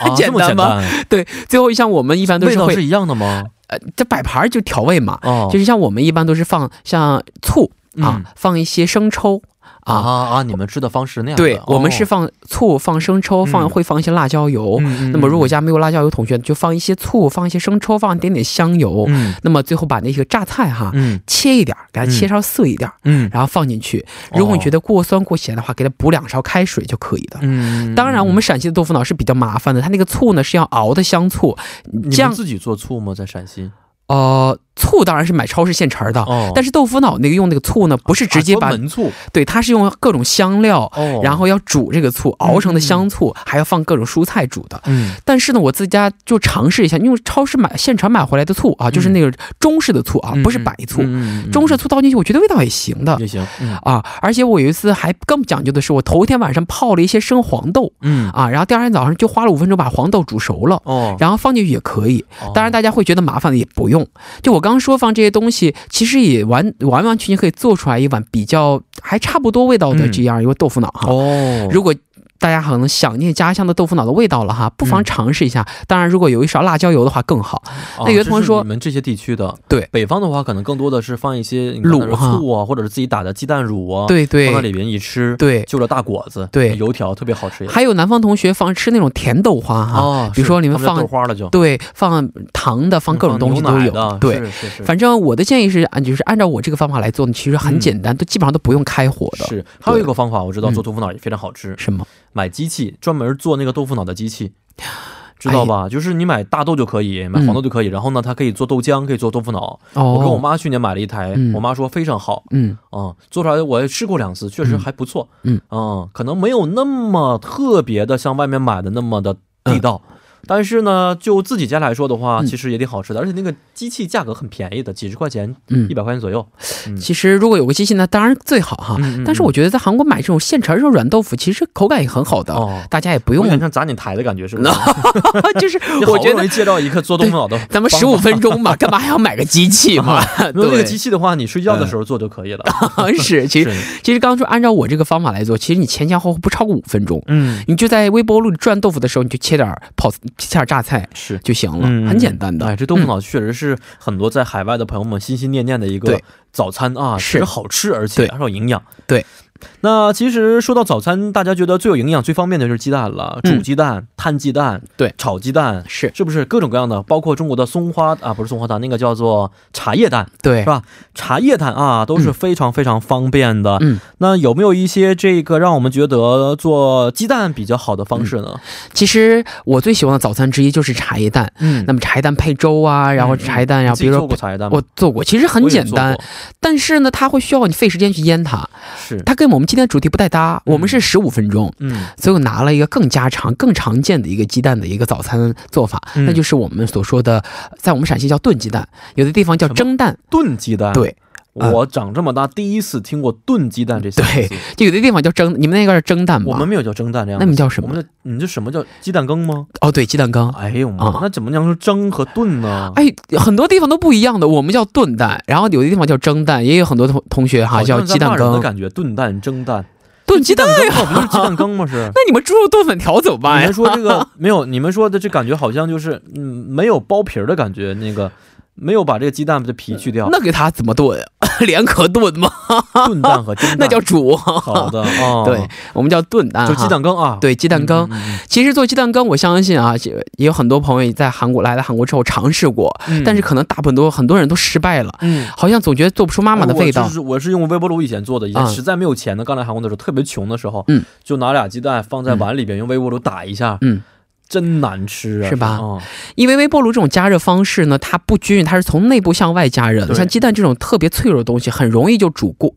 [SPEAKER 2] 啊
[SPEAKER 3] 简
[SPEAKER 2] 这么
[SPEAKER 3] 单
[SPEAKER 2] 简
[SPEAKER 3] 吗
[SPEAKER 2] 单，
[SPEAKER 3] 对，最后像我们一般都
[SPEAKER 2] 味
[SPEAKER 3] 是
[SPEAKER 2] 道
[SPEAKER 3] 会，
[SPEAKER 2] 是一样的吗？
[SPEAKER 3] 呃，这摆盘就调味嘛，
[SPEAKER 2] 哦，
[SPEAKER 3] 就是是像我们一般都是放像醋啊，
[SPEAKER 2] 嗯
[SPEAKER 3] 放一些生抽
[SPEAKER 2] 啊
[SPEAKER 3] 啊。
[SPEAKER 2] 啊！你们吃的方式那样的
[SPEAKER 3] 对，我们是
[SPEAKER 2] 哦
[SPEAKER 3] 放醋、放生抽、放
[SPEAKER 2] 嗯
[SPEAKER 3] 会放一些辣椒油。
[SPEAKER 2] 嗯嗯
[SPEAKER 3] 那么如果
[SPEAKER 2] 嗯
[SPEAKER 3] 家没有辣椒油，同学就放一些醋，放一些生抽，放一点点香油。
[SPEAKER 2] 嗯
[SPEAKER 3] 那么最后把那个榨菜哈、
[SPEAKER 2] 嗯
[SPEAKER 3] 切一点儿，给它
[SPEAKER 2] 嗯
[SPEAKER 3] 切稍碎一点儿，
[SPEAKER 2] 嗯
[SPEAKER 3] 然后放进去。如果你
[SPEAKER 2] 哦
[SPEAKER 3] 觉得过酸过咸的话，给它补两勺开水就可以的。
[SPEAKER 2] 嗯
[SPEAKER 3] 当然，我们陕西的豆腐脑是比较麻烦的，它那个醋呢是要熬的香醋，
[SPEAKER 2] 你们
[SPEAKER 3] 酱
[SPEAKER 2] 自己做醋吗？在陕西
[SPEAKER 3] 呃醋当然是买超市现成的，
[SPEAKER 2] 哦
[SPEAKER 3] 啊但是豆腐脑那个用那个醋呢不是直接
[SPEAKER 2] 啊
[SPEAKER 3] 把，
[SPEAKER 2] 专门醋
[SPEAKER 3] 对，它是用各种香料，
[SPEAKER 2] 哦，
[SPEAKER 3] 然后要煮这个醋，熬成的香醋，还要放各种蔬菜煮的。
[SPEAKER 2] 嗯
[SPEAKER 3] 但是呢，我自家就尝试一下，用超市买现成买回来的醋啊，就是那个中式的醋啊，不是白醋，
[SPEAKER 2] 嗯嗯嗯嗯嗯
[SPEAKER 3] 中式醋倒进去，我觉得味道也行的
[SPEAKER 2] 也行，嗯
[SPEAKER 3] 啊。而且我有一次还更讲究的是，我头一天晚上泡了一些生黄豆
[SPEAKER 2] 嗯
[SPEAKER 3] 啊，然后第二天早上就花了五分钟把黄豆煮熟了。
[SPEAKER 2] 哦，
[SPEAKER 3] 然后放进去也可以，当然
[SPEAKER 2] 哦
[SPEAKER 3] 大家会觉得麻烦的也不用。就我刚刚说放这些东西，其实也完完完全全可以做出来一碗比较还差不多味道的
[SPEAKER 2] 嗯
[SPEAKER 3] 这样一个豆腐脑哈。
[SPEAKER 2] 哦，
[SPEAKER 3] 啊如果大家可能想念家乡的豆腐脑的味道了哈，不妨
[SPEAKER 2] 嗯
[SPEAKER 3] 尝试一下。当然，如果有一勺辣椒油的话更好。
[SPEAKER 2] 哦
[SPEAKER 3] 那袁
[SPEAKER 2] 这
[SPEAKER 3] 同
[SPEAKER 2] 是
[SPEAKER 3] 学说
[SPEAKER 2] 你们这些地区的
[SPEAKER 3] 对
[SPEAKER 2] 北方的话，可能更多的是放一些你刚才
[SPEAKER 3] 卤
[SPEAKER 2] 说
[SPEAKER 3] 哈
[SPEAKER 2] 醋啊，或者是自己打的鸡蛋乳啊，，
[SPEAKER 3] 对
[SPEAKER 2] 放到
[SPEAKER 3] 对
[SPEAKER 2] 里边一吃，，
[SPEAKER 3] 对，
[SPEAKER 2] 就着大果子，
[SPEAKER 3] 对
[SPEAKER 2] 油条特别好吃。
[SPEAKER 3] 还有南方同学放吃那种甜豆花哈，
[SPEAKER 2] 哦，
[SPEAKER 3] 比如
[SPEAKER 2] 是
[SPEAKER 3] 说你们
[SPEAKER 2] 他家
[SPEAKER 3] 放
[SPEAKER 2] 豆花了就，
[SPEAKER 3] 对，放糖的，放各种东西都
[SPEAKER 2] 牛奶
[SPEAKER 3] 有。
[SPEAKER 2] 的
[SPEAKER 3] 对，
[SPEAKER 2] 是是是。
[SPEAKER 3] 反正我的建议是，按就是按照我这个方法来做呢，其实很简单，都基本上都不用开火的。嗯
[SPEAKER 2] 是，还有一个方法我知道做豆腐脑也非常好吃，
[SPEAKER 3] 什么？
[SPEAKER 2] 买机器专门做那个豆腐脑的机器，
[SPEAKER 3] 哎
[SPEAKER 2] 知道吧？就是你买大豆就可
[SPEAKER 3] 嗯
[SPEAKER 2] 以，买黄豆就可以，然后呢，它可以做豆浆，可以做豆腐脑。
[SPEAKER 3] 哦，
[SPEAKER 2] 我跟我妈去年买了一台，
[SPEAKER 3] 嗯
[SPEAKER 2] 我妈说非常好，
[SPEAKER 3] 嗯，
[SPEAKER 2] 嗯，做出来我也吃过两次，确实还不错。
[SPEAKER 3] 嗯
[SPEAKER 2] 嗯，可能没有那么特别的，像外面买的那么的地道。但是呢，就自己家来说的话，
[SPEAKER 3] 嗯
[SPEAKER 2] 其实也挺好吃的，而且那个机器价格很便宜的，几十块钱，
[SPEAKER 3] 嗯
[SPEAKER 2] 一百块钱左右。
[SPEAKER 3] 其实如果有个机器呢，当然最好哈。
[SPEAKER 2] 嗯嗯
[SPEAKER 3] 但是我觉得在韩国买这种现成儿这种软豆腐，其实口感也很好的，
[SPEAKER 2] 哦
[SPEAKER 3] 大家也不
[SPEAKER 2] 不
[SPEAKER 3] 用
[SPEAKER 2] 用，像砸你台的感觉是吧？
[SPEAKER 3] 就是
[SPEAKER 2] 你好
[SPEAKER 3] 我
[SPEAKER 2] 不
[SPEAKER 3] 觉
[SPEAKER 2] 容
[SPEAKER 3] 得
[SPEAKER 2] 易借到一个做豆腐脑的方法，
[SPEAKER 3] 咱们十五分 钟嘛，干嘛还要买个机器嘛？
[SPEAKER 2] 没有那个机
[SPEAKER 3] 对，
[SPEAKER 2] 器的话，你睡觉的时候做就可以了。
[SPEAKER 3] 是其实
[SPEAKER 2] 是，
[SPEAKER 3] 其实刚刚说按照我这个方法来做，其实你前前后后不超过五分钟，
[SPEAKER 2] 嗯，
[SPEAKER 3] 你就在微波炉里转豆腐的时候，你就切点儿泡切点儿榨菜
[SPEAKER 2] 是。
[SPEAKER 3] 就行了，
[SPEAKER 2] 嗯
[SPEAKER 3] 很简单的。
[SPEAKER 2] 哎，这豆腐脑确实是很多在海外的朋友们心心念念的一个
[SPEAKER 3] 对
[SPEAKER 2] 早餐啊，
[SPEAKER 3] 是
[SPEAKER 2] 确实好吃，而且
[SPEAKER 3] 对
[SPEAKER 2] 还有营养。
[SPEAKER 3] 对，
[SPEAKER 2] 那其实说到早餐，大家觉得最有营养、最方便的就是鸡蛋了，
[SPEAKER 3] 嗯
[SPEAKER 2] 煮鸡蛋、摊鸡蛋、
[SPEAKER 3] 对
[SPEAKER 2] 炒鸡蛋，
[SPEAKER 3] 是
[SPEAKER 2] 是不是各种各样的？包括中国的松花啊，不是松花蛋，那个叫做茶叶蛋，
[SPEAKER 3] 对
[SPEAKER 2] 是，吧？茶叶蛋啊，都是非常非常方便的。
[SPEAKER 3] 嗯，
[SPEAKER 2] 那有没有一些这个让我们觉得做鸡蛋比较好的方式呢？
[SPEAKER 3] 其实我最喜欢的早餐之一就是茶叶蛋。
[SPEAKER 2] 嗯
[SPEAKER 3] 那么茶叶蛋配粥啊，然后茶叶蛋，然后
[SPEAKER 2] 自
[SPEAKER 3] 比
[SPEAKER 2] 己
[SPEAKER 3] 如
[SPEAKER 2] 做过
[SPEAKER 3] 说。
[SPEAKER 2] 茶叶蛋吗
[SPEAKER 3] 我？做过，其实很
[SPEAKER 2] 我也
[SPEAKER 3] 简
[SPEAKER 2] 做
[SPEAKER 3] 单
[SPEAKER 2] 过，，
[SPEAKER 3] 但是呢，它会需要你费时间去腌它，
[SPEAKER 2] 是，
[SPEAKER 3] 它跟我们今天的主题不太搭。我们是十五分钟，
[SPEAKER 2] 嗯，
[SPEAKER 3] 所以我拿了一个更家常、更常见的一个鸡蛋的一个早餐做法，
[SPEAKER 2] 嗯
[SPEAKER 3] 那就是我们所说的，在我们陕西叫炖鸡蛋，有的地方叫
[SPEAKER 2] 什么
[SPEAKER 3] 蒸蛋，
[SPEAKER 2] 炖鸡蛋。
[SPEAKER 3] 对，啊
[SPEAKER 2] 我长这么大第一次听过炖鸡蛋这三个
[SPEAKER 3] 对
[SPEAKER 2] 字，
[SPEAKER 3] 就有的地方叫蒸，你们那个是蒸蛋吧？
[SPEAKER 2] 我们没有叫蒸蛋这样
[SPEAKER 3] 那
[SPEAKER 2] 的，
[SPEAKER 3] 你们叫什
[SPEAKER 2] 我
[SPEAKER 3] 么？
[SPEAKER 2] 们的你这什么叫鸡蛋羹吗？
[SPEAKER 3] 哦，对，鸡蛋羹。
[SPEAKER 2] 哎呦
[SPEAKER 3] 啊
[SPEAKER 2] 妈，那怎么样是蒸和炖呢？
[SPEAKER 3] 哎，很多地方都不一样的，我们叫炖蛋，然后有的地方叫蒸蛋，也有很多同同学哈
[SPEAKER 2] 好
[SPEAKER 3] 叫
[SPEAKER 2] 像
[SPEAKER 3] 鸡
[SPEAKER 2] 在
[SPEAKER 3] 蛋
[SPEAKER 2] 骂人的
[SPEAKER 3] 羹、
[SPEAKER 2] 感觉，炖蛋、 蒸蛋、
[SPEAKER 3] 炖鸡 蛋。
[SPEAKER 2] 羹，那不就是鸡蛋羹吗？是。
[SPEAKER 3] 那你们猪肉炖粉条怎么办
[SPEAKER 2] 你
[SPEAKER 3] 呀
[SPEAKER 2] 们？说这个 没有？你们说的这感觉好像就是，嗯，没有剥皮儿的感觉，那个没有把这个鸡蛋的皮去掉，
[SPEAKER 3] 那给它怎么炖？连壳炖吗？
[SPEAKER 2] 炖蛋和蒸蛋，
[SPEAKER 3] 那叫煮。，
[SPEAKER 2] 好的哦
[SPEAKER 3] 对，我们叫炖蛋哈，
[SPEAKER 2] 就鸡蛋羹啊，
[SPEAKER 3] 对鸡蛋羹
[SPEAKER 2] 嗯，。嗯嗯
[SPEAKER 3] 其实做鸡蛋羹，我相信啊，也也有很多朋友在韩国来了韩国之后尝试过，
[SPEAKER 2] 嗯
[SPEAKER 3] 但是可能大部分都很多人都失败了，
[SPEAKER 2] 嗯。
[SPEAKER 3] 好像总觉得做不出妈妈的味
[SPEAKER 2] 我
[SPEAKER 3] 道
[SPEAKER 2] 就。是我是用微波炉以前做的，以前
[SPEAKER 3] 啊
[SPEAKER 2] 实在没有钱呢，刚来韩国的时候特别穷的时候，
[SPEAKER 3] 嗯，
[SPEAKER 2] 就拿俩鸡蛋放在碗里边，用微波炉打一下，
[SPEAKER 3] 嗯，
[SPEAKER 2] 真难吃啊，
[SPEAKER 3] 是吧
[SPEAKER 2] 嗯
[SPEAKER 3] 因为微波炉这种加热方式呢，它不均匀，它是从内部向外加热的。
[SPEAKER 2] 对
[SPEAKER 3] 像鸡蛋这种特别脆弱的东西，很容易就煮过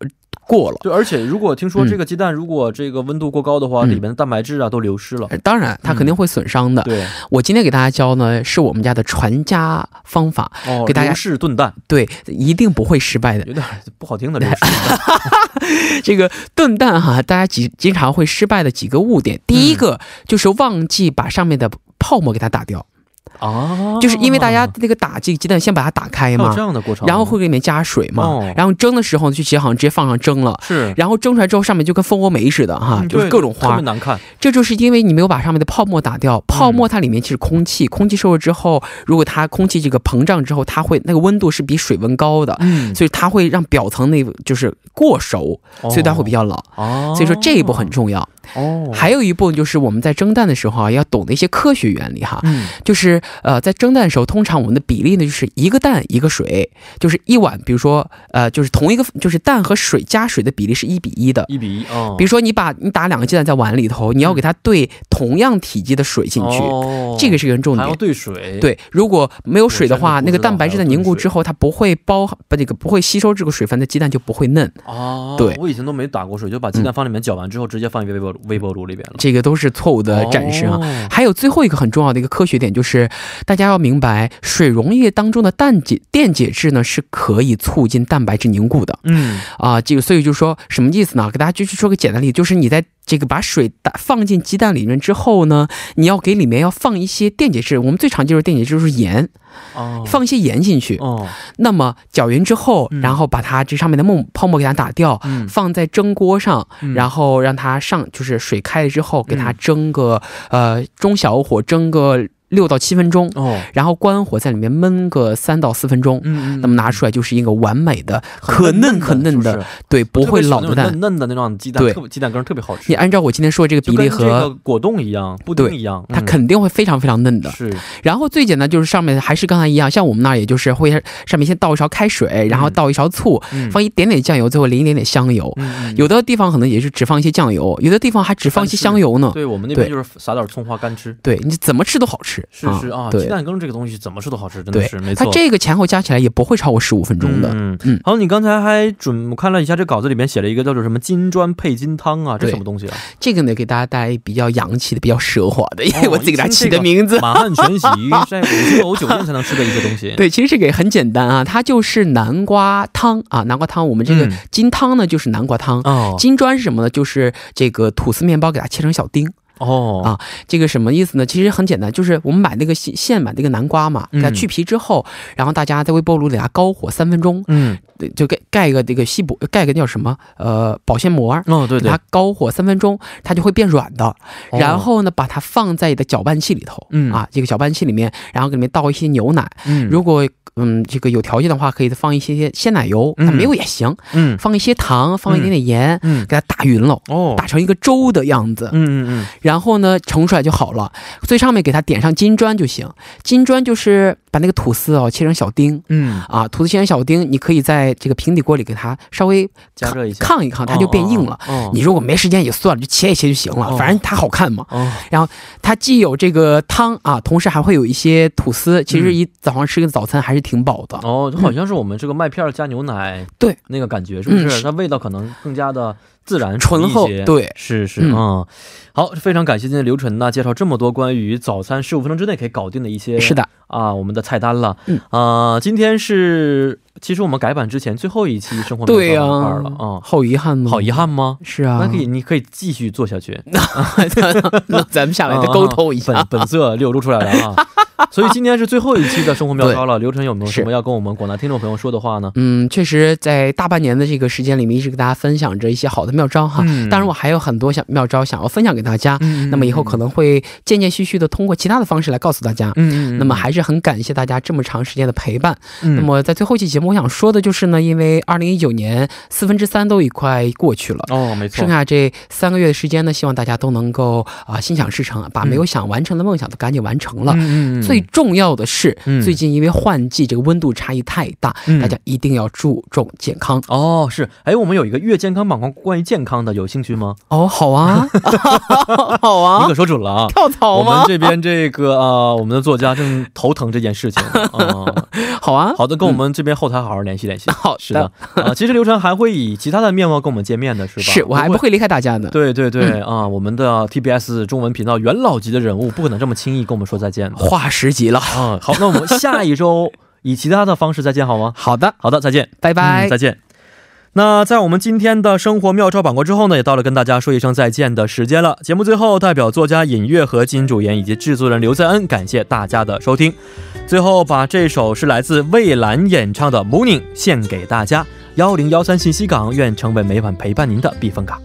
[SPEAKER 3] 过了。
[SPEAKER 2] 对，而且如果听说
[SPEAKER 3] 嗯
[SPEAKER 2] 这个鸡蛋如果这个温度过高的话，
[SPEAKER 3] 嗯
[SPEAKER 2] 里边的蛋白质啊都流失了，
[SPEAKER 3] 当然，它肯定会损伤的。
[SPEAKER 2] 嗯对，
[SPEAKER 3] 我今天给大家教呢，是我们家的传家方法，
[SPEAKER 2] 哦，
[SPEAKER 3] 哎给大家
[SPEAKER 2] 流逝炖蛋，
[SPEAKER 3] 对，一定不会失败的。
[SPEAKER 2] 有点不好听的 流逝炖蛋，
[SPEAKER 3] 这个炖蛋哈、大家几经常
[SPEAKER 2] 嗯
[SPEAKER 3] 会失败的几个误点，第一个就是忘记把上面的泡沫给它打掉。
[SPEAKER 2] 啊，
[SPEAKER 3] 就是因为大家那个打这个鸡蛋，先把它打开
[SPEAKER 2] 还有
[SPEAKER 3] 嘛
[SPEAKER 2] 这，样的过程，
[SPEAKER 3] 然后会给里面加水嘛
[SPEAKER 2] 哦，
[SPEAKER 3] 然后蒸的时候去切好，直接放上蒸了。
[SPEAKER 2] 是
[SPEAKER 3] 然后蒸出来之后，上面就跟蜂窝煤似的哈，
[SPEAKER 2] 嗯
[SPEAKER 3] 啊就是
[SPEAKER 2] 对
[SPEAKER 3] 各种
[SPEAKER 2] 特
[SPEAKER 3] 花
[SPEAKER 2] 别。难看，
[SPEAKER 3] 这就是因为你没有把上面的泡沫打
[SPEAKER 2] 嗯
[SPEAKER 3] 掉，泡沫它里面其实空气，空气受热之后，如果它空气这个膨胀之后，它会那个温度是比水温高的，
[SPEAKER 2] 嗯，
[SPEAKER 3] 所以它会让表层那个就是过熟，所以它会比较老。
[SPEAKER 2] 哦，
[SPEAKER 3] 所以说这一步很重要。
[SPEAKER 2] 哦，
[SPEAKER 3] 还有一步就是我们在蒸蛋的时候啊，要懂得一些科学原理哈。
[SPEAKER 2] 嗯
[SPEAKER 3] 就是呃，在蒸蛋的时候，通常我们的比例呢，就是一个蛋一个水，就是一碗，比如说呃，就是同一个就是蛋和水加水的比例是一比一的。
[SPEAKER 2] 一比一啊，
[SPEAKER 3] 比如说你把你打两个鸡蛋在碗里头，你要给它兑同样体积的水进去，
[SPEAKER 2] 嗯哦
[SPEAKER 3] 这个是一个重
[SPEAKER 2] 还要
[SPEAKER 3] 点。
[SPEAKER 2] 兑水，，
[SPEAKER 3] 对，如果没有水的
[SPEAKER 2] 我
[SPEAKER 3] 话，
[SPEAKER 2] 真
[SPEAKER 3] 那
[SPEAKER 2] 的不知道
[SPEAKER 3] 个蛋白质在凝固之后，它不会包不那个不会吸收这个水分，那鸡蛋就不会嫩。
[SPEAKER 2] 哦，
[SPEAKER 3] 对
[SPEAKER 2] 我以前都没打过水，就把鸡蛋放里面搅完之后，直接放微波炉微波炉里边了。
[SPEAKER 3] 这个都是错误的展示啊。
[SPEAKER 2] 哦
[SPEAKER 3] 还有最后一个很重要的一个科学点就是，大家要明白，水溶液当中的氮解电解质呢是可以促进蛋白质凝固的
[SPEAKER 2] 嗯，
[SPEAKER 3] 啊、这个所以就是说什么意思呢？给大家就去说个简单例子，就是你在这个把水打放进鸡蛋里面之后呢，你要给里面要放一些电解质，我们最常见的电解质就是盐，
[SPEAKER 2] 哦，
[SPEAKER 3] 放一些盐进去，
[SPEAKER 2] 哦，
[SPEAKER 3] 那么搅匀之后
[SPEAKER 2] 嗯，
[SPEAKER 3] 然后把它这上面的沫泡沫给它打掉，
[SPEAKER 2] 嗯
[SPEAKER 3] 放在蒸锅上，
[SPEAKER 2] 嗯
[SPEAKER 3] 然后让它上，就是水开了之后，给它蒸个、呃中小火蒸个六到七分钟，
[SPEAKER 2] 哦，
[SPEAKER 3] 然后关火在里面焖个三到四分钟。
[SPEAKER 2] 嗯
[SPEAKER 3] 那么拿出来就是一个完美的、可
[SPEAKER 2] 很
[SPEAKER 3] 嫩
[SPEAKER 2] 嫩
[SPEAKER 3] 可嫩的，
[SPEAKER 2] 是
[SPEAKER 3] 对，不会老
[SPEAKER 2] 特别喜欢那
[SPEAKER 3] 的
[SPEAKER 2] 种
[SPEAKER 3] 蛋。
[SPEAKER 2] 嫩嫩的那种鸡蛋，
[SPEAKER 3] 对
[SPEAKER 2] 特别鸡蛋羹特别好吃。
[SPEAKER 3] 你按照我今天说的这个
[SPEAKER 2] 就
[SPEAKER 3] 比例
[SPEAKER 2] 跟这
[SPEAKER 3] 和，
[SPEAKER 2] 个果冻一样，布
[SPEAKER 3] 对
[SPEAKER 2] 丁一样，
[SPEAKER 3] 它
[SPEAKER 2] 嗯
[SPEAKER 3] 肯定会非常非常嫩的。
[SPEAKER 2] 是
[SPEAKER 3] 然后最简单就是上面还是刚才一样，像我们那儿也就是会上面先倒一勺开水，然后
[SPEAKER 2] 嗯
[SPEAKER 3] 倒一勺醋，
[SPEAKER 2] 嗯
[SPEAKER 3] 放一点点酱油，最后淋一点点香油。
[SPEAKER 2] 嗯嗯
[SPEAKER 3] 有的地方可能也是只放一些酱油，有的地方还只放一些香油呢。
[SPEAKER 2] 对我们那边
[SPEAKER 3] 对
[SPEAKER 2] 就是撒点葱花干吃。
[SPEAKER 3] 对你怎么吃都好吃，
[SPEAKER 2] 是是啊，鸡
[SPEAKER 3] 对
[SPEAKER 2] 蛋羹这个东西怎么吃都好吃，真的
[SPEAKER 3] 对
[SPEAKER 2] 是没，
[SPEAKER 3] 它
[SPEAKER 2] 错。
[SPEAKER 3] 这个前后加起来也不会超过十五分钟的。
[SPEAKER 2] 嗯
[SPEAKER 3] 嗯
[SPEAKER 2] 还有你刚才还准我看了一下这稿子里面写了一个叫做什么金砖配金汤啊，这
[SPEAKER 3] 对
[SPEAKER 2] 什么东西啊？
[SPEAKER 3] 这个呢，给大家带来比较洋气的、比较奢华的，因为
[SPEAKER 2] 哦
[SPEAKER 3] 我自己给它
[SPEAKER 2] 一听
[SPEAKER 3] 起
[SPEAKER 2] 这
[SPEAKER 3] 的
[SPEAKER 2] 个
[SPEAKER 3] 名字。
[SPEAKER 2] 满汉全席 在五星楼酒店才能吃的一些东西。
[SPEAKER 3] 对，其实这个也很简单啊，它就是南瓜汤啊，南瓜汤。我们这个
[SPEAKER 2] 嗯
[SPEAKER 3] 金汤呢，就是南瓜汤。
[SPEAKER 2] 哦
[SPEAKER 3] 金砖是什么呢？就是这个吐司面包给它切成小丁。
[SPEAKER 2] 哦
[SPEAKER 3] 啊这个什么意思呢？其实很简单，就是我们买那个现现买那个南瓜嘛，给它
[SPEAKER 2] 嗯
[SPEAKER 3] 去皮之后，然后大家在微波炉里啊高火三分钟，
[SPEAKER 2] 嗯
[SPEAKER 3] 对就盖盖一个这个锡箔，盖一个叫什么呃保鲜膜儿。
[SPEAKER 2] 哦对
[SPEAKER 3] 给
[SPEAKER 2] 对
[SPEAKER 3] 它，高火三分钟，它就会变软的。
[SPEAKER 2] 哦
[SPEAKER 3] 然后呢，把它放在你的搅拌器里头，
[SPEAKER 2] 嗯
[SPEAKER 3] 啊，这个搅拌器里面，然后给里面倒一些牛奶。
[SPEAKER 2] 嗯
[SPEAKER 3] 如果嗯这个有条件的话，可以放一些些鲜奶油，
[SPEAKER 2] 嗯
[SPEAKER 3] 那没有也行，
[SPEAKER 2] 嗯
[SPEAKER 3] 放一些糖，放一点点盐，
[SPEAKER 2] 嗯
[SPEAKER 3] 给它打匀了，
[SPEAKER 2] 哦
[SPEAKER 3] 打成一个粥的样子。
[SPEAKER 2] 嗯嗯
[SPEAKER 3] 然后呢，盛出来就好了。最上面给它点上金砖就行。金砖就是把那个吐司哦切成小丁
[SPEAKER 2] 嗯嗯
[SPEAKER 3] 啊，吐司切成小丁，你可以在这个平底锅里给它稍微
[SPEAKER 2] 加热一下，
[SPEAKER 3] 烫一烫，它就变硬了。
[SPEAKER 2] 哦。哦
[SPEAKER 3] 你如果没时间也算了，就切一切就行了，
[SPEAKER 2] 哦
[SPEAKER 3] 反正它好看嘛。
[SPEAKER 2] 哦
[SPEAKER 3] 它既有这个汤啊，同时还会有一些吐司。其实一早上吃个早餐还是挺饱的。
[SPEAKER 2] 哦，就好像是我们这个麦片儿加牛奶，
[SPEAKER 3] 嗯对
[SPEAKER 2] 那个感觉是不
[SPEAKER 3] 嗯
[SPEAKER 2] 是？
[SPEAKER 3] 是
[SPEAKER 2] 它味道可能更加的自然
[SPEAKER 3] 醇厚
[SPEAKER 2] 一些
[SPEAKER 3] 对
[SPEAKER 2] 是是
[SPEAKER 3] 嗯
[SPEAKER 2] 嗯，好，非常感谢今天刘晨呢介绍这么多关于早餐十五分钟之内可以搞定的一些
[SPEAKER 3] 是的，
[SPEAKER 2] 啊我们的菜单了，
[SPEAKER 3] 嗯
[SPEAKER 2] 啊、今天是其实我们改版之前最后一期生活
[SPEAKER 3] 对
[SPEAKER 2] 呀、
[SPEAKER 3] 呀、
[SPEAKER 2] 板块了啊、
[SPEAKER 3] 好遗憾呢，
[SPEAKER 2] 好遗。憾吗？
[SPEAKER 3] 是啊，
[SPEAKER 2] 那可以， 你可以继续做下去。
[SPEAKER 3] 那咱们下来再沟通一下。
[SPEAKER 2] 啊本本色流露出来了 啊！所以今天是最后一期的生活妙招了。刘晨有没有什么
[SPEAKER 3] 是
[SPEAKER 2] 要跟我们广大听众朋友说的话呢？
[SPEAKER 3] 嗯，确实，在大半年的这个时间里面，一直给大家分享着一些好的妙招哈。
[SPEAKER 2] 嗯
[SPEAKER 3] 当然，我还有很多想妙招想要分享给大家。
[SPEAKER 2] 嗯
[SPEAKER 3] 那么以后可能会间间续续的通过其他的方式来告诉大家。
[SPEAKER 2] 嗯嗯，
[SPEAKER 3] 那么还是很感谢大家这么长时间的陪伴。
[SPEAKER 2] 那
[SPEAKER 3] 那么在最后一期节目，我想说的就是呢，因为二零一九年四分之三都已快过去了。
[SPEAKER 2] 哦，没错
[SPEAKER 3] 剩，下这三个月的时间呢，希望大家都能够啊、心想事成，把没有想完成的梦想都赶紧完成了。
[SPEAKER 2] 嗯
[SPEAKER 3] 最重要的是，
[SPEAKER 2] 嗯
[SPEAKER 3] 最近因为换季这个温度差异太大，大家一定要注重健康。
[SPEAKER 2] 哦是，哎，我们有一个月健康板块，关于健康的，有兴趣吗？
[SPEAKER 3] 哦，好啊， 好
[SPEAKER 2] 你
[SPEAKER 3] 啊
[SPEAKER 2] 可，说准了啊！
[SPEAKER 3] 跳槽
[SPEAKER 2] 我们
[SPEAKER 3] 吗？
[SPEAKER 2] 这边这个啊、我们的作家正头疼这件事情呢啊、
[SPEAKER 3] 好啊，
[SPEAKER 2] 好的，跟我们这边后台好好联系联系。
[SPEAKER 3] 好的
[SPEAKER 2] 是的，啊、其实刘晨还会以其他的面貌跟我们见面的，是吧？
[SPEAKER 3] 是我还不
[SPEAKER 2] 会。
[SPEAKER 3] 会离开大家呢。
[SPEAKER 2] 对对对啊、我们的 TBS 中文频道元老级的人物，不可能这么轻易跟我们说再见的
[SPEAKER 3] 话十级了，
[SPEAKER 2] 啊、好，那我们下一周以其他的方式再见好吗？
[SPEAKER 3] 好的，
[SPEAKER 2] 好的，再见，
[SPEAKER 3] 拜拜。
[SPEAKER 2] 嗯再见。那在我们今天的生活妙招板块之后呢，也到了跟大家说一声再见的时间了。节目最后，代表作家尹月和金主演以及制作人刘在恩，感谢大家的收听。最后把这首是来自蔚蓝演唱的《Morning》献给大家。幺零幺三信息港，愿成为每晚陪伴您的避风港。